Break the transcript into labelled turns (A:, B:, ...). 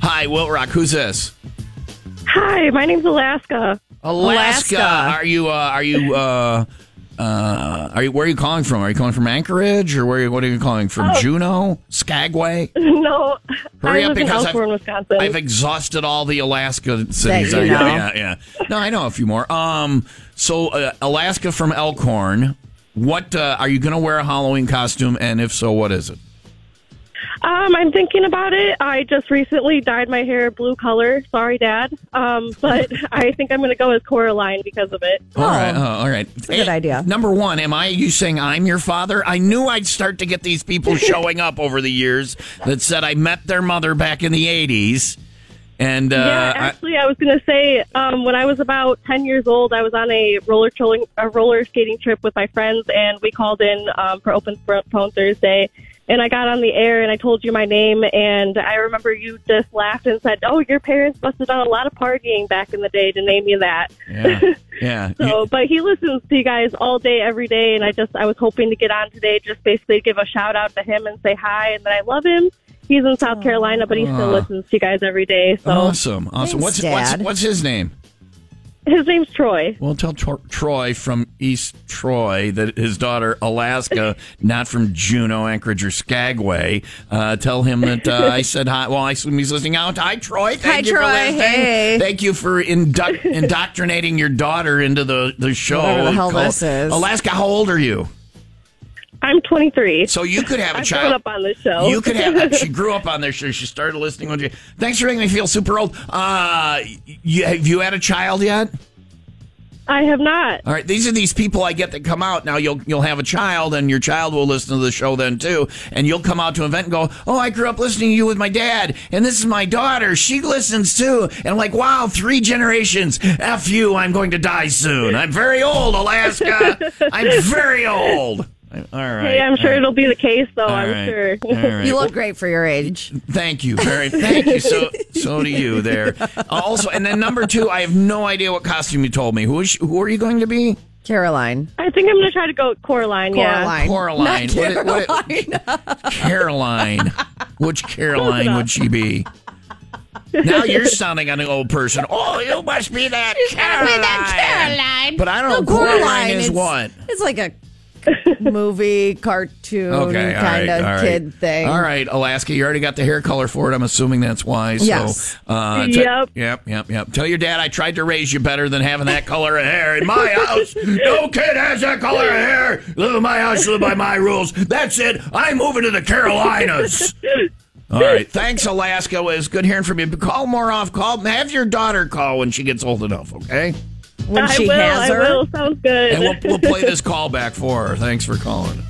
A: Hi, Wilt Rock. Who's this?
B: Hi, my name's Alaska.
A: Alaska.
C: Alaska.
A: Are you? Uh, are you? Uh, uh, are you? Where are you calling from? Are you calling from Anchorage or where? Are you, what are you calling from?
C: Oh.
A: Juneau, Skagway.
B: No,
A: Hurry up
B: I live in
A: because I've-
B: Elkhorn, Wisconsin.
A: I've exhausted all the Alaska cities.
C: you
A: I
C: know.
A: Yeah, yeah. No, I know a few more. Um, so uh, Alaska from Elkhorn. What uh, are you going to wear a Halloween costume? And if so, what is it?
B: um, I'm thinking about it. I just recently dyed my hair blue color. Sorry, Dad. Um, but I think I'm going to go with Coraline because of it.
A: All right, oh, all right.
C: a good idea.
A: Number one, am I you saying I'm your father? I knew I'd start to get these people showing up over the years that said I met their mother back in the '80s, and uh,
B: yeah,
A: I-
B: actually, I, was going to say um, when I was about ten years old, I was on a roller trolling, a roller skating trip with my friends, and we called in um, for open Fro- phone Thursday. And I got on the air and I told you my name, and I remember you just laughed and said, "Oh, your parents must have done a lot of partying back in the day to name you that."
A: yeah, yeah.
C: Oh,
B: So, but he listens to you guys all day, every day, and I just I was hoping to get on today, just basically give a shout out to him and say hi, and that I love him. He's in South Carolina, but he still listens to you guys every day. So
A: awesome, awesome.
C: Thanks,
A: what's, what's
C: Dad.
A: what's his name?
B: his name's Troy.
A: Well, tell Tro- Troy from East Troy that his daughter Alaska, not from Juneau, Anchorage, or Skagway. Uh, tell him that uh, I said hi. Well, I assume he's listening out. Hi, Troy. Thank
C: Hi,
A: you for
C: Troy.
A: listening.
C: Hey.
A: Thank you for induct- indoctrinating your daughter into the, the show.
C: Whatever the hell
A: Call-
C: this is.
A: Alaska, how old are you?
B: I'm 23.
A: So you could have a
B: I've
A: child.
B: grown up on this show.
A: You could have. She grew up on this show. She started listening when she. Thanks for making me feel super old. Uh, you, have you had a child yet?
B: I have not.
A: All right, these are these people I get that come out. Now you'll you'll have a child, and your child will listen to the show then too, and you'll come out to an event and go, "Oh, I grew up listening to you with my dad, and this is my daughter. She listens too." And I'm like, "Wow, three generations. F you. I'm going to die soon. I'm very old, Alaska. I'm very old." All right.
B: Hey, I'm sure it'll be the case, though.
A: All
B: I'm
A: right.
B: sure.
A: All right.
C: You look great for your age.
A: Thank you, very. Thank you. So, so do you there. Also, and then number two, I have no idea what costume you told me. Who is? Who are you going to be?
C: Caroline.
B: I think I'm gonna try to go with Coraline. Yeah.
C: Coraline.
A: Coraline.
C: Not
A: What it- what it-
C: Caroline.
A: Caroline. Which Caroline would she be? Now you're sounding like an old person. Oh, you must be that Caroline. But I don't know.
C: No,
A: Coraline,
C: Coraline
A: is
C: it's-
A: what?
C: It's like a movie, cartoon
A: Okay, all right,
C: kind of
A: all right.
C: kid thing.
A: All right, Alaska, you already got the hair color for it. I'm assuming that's why. So,
C: Yes.
A: uh, te-
B: Yep.
A: yep, yep, yep. Tell your dad I tried to raise you better than having that color of hair in my house. No kid has that color of hair. Live in my house, live by my rules. That's it. I'm moving to the Carolinas. All right. Thanks, Alaska. It was good hearing from you. Call more off. Call. Have your daughter call when she gets old enough, okay?
C: When
B: I
C: she
B: will.
C: has
B: I
C: her.
B: will. Sounds good.
A: And we'll, we'll play this call back for her. Thanks for calling.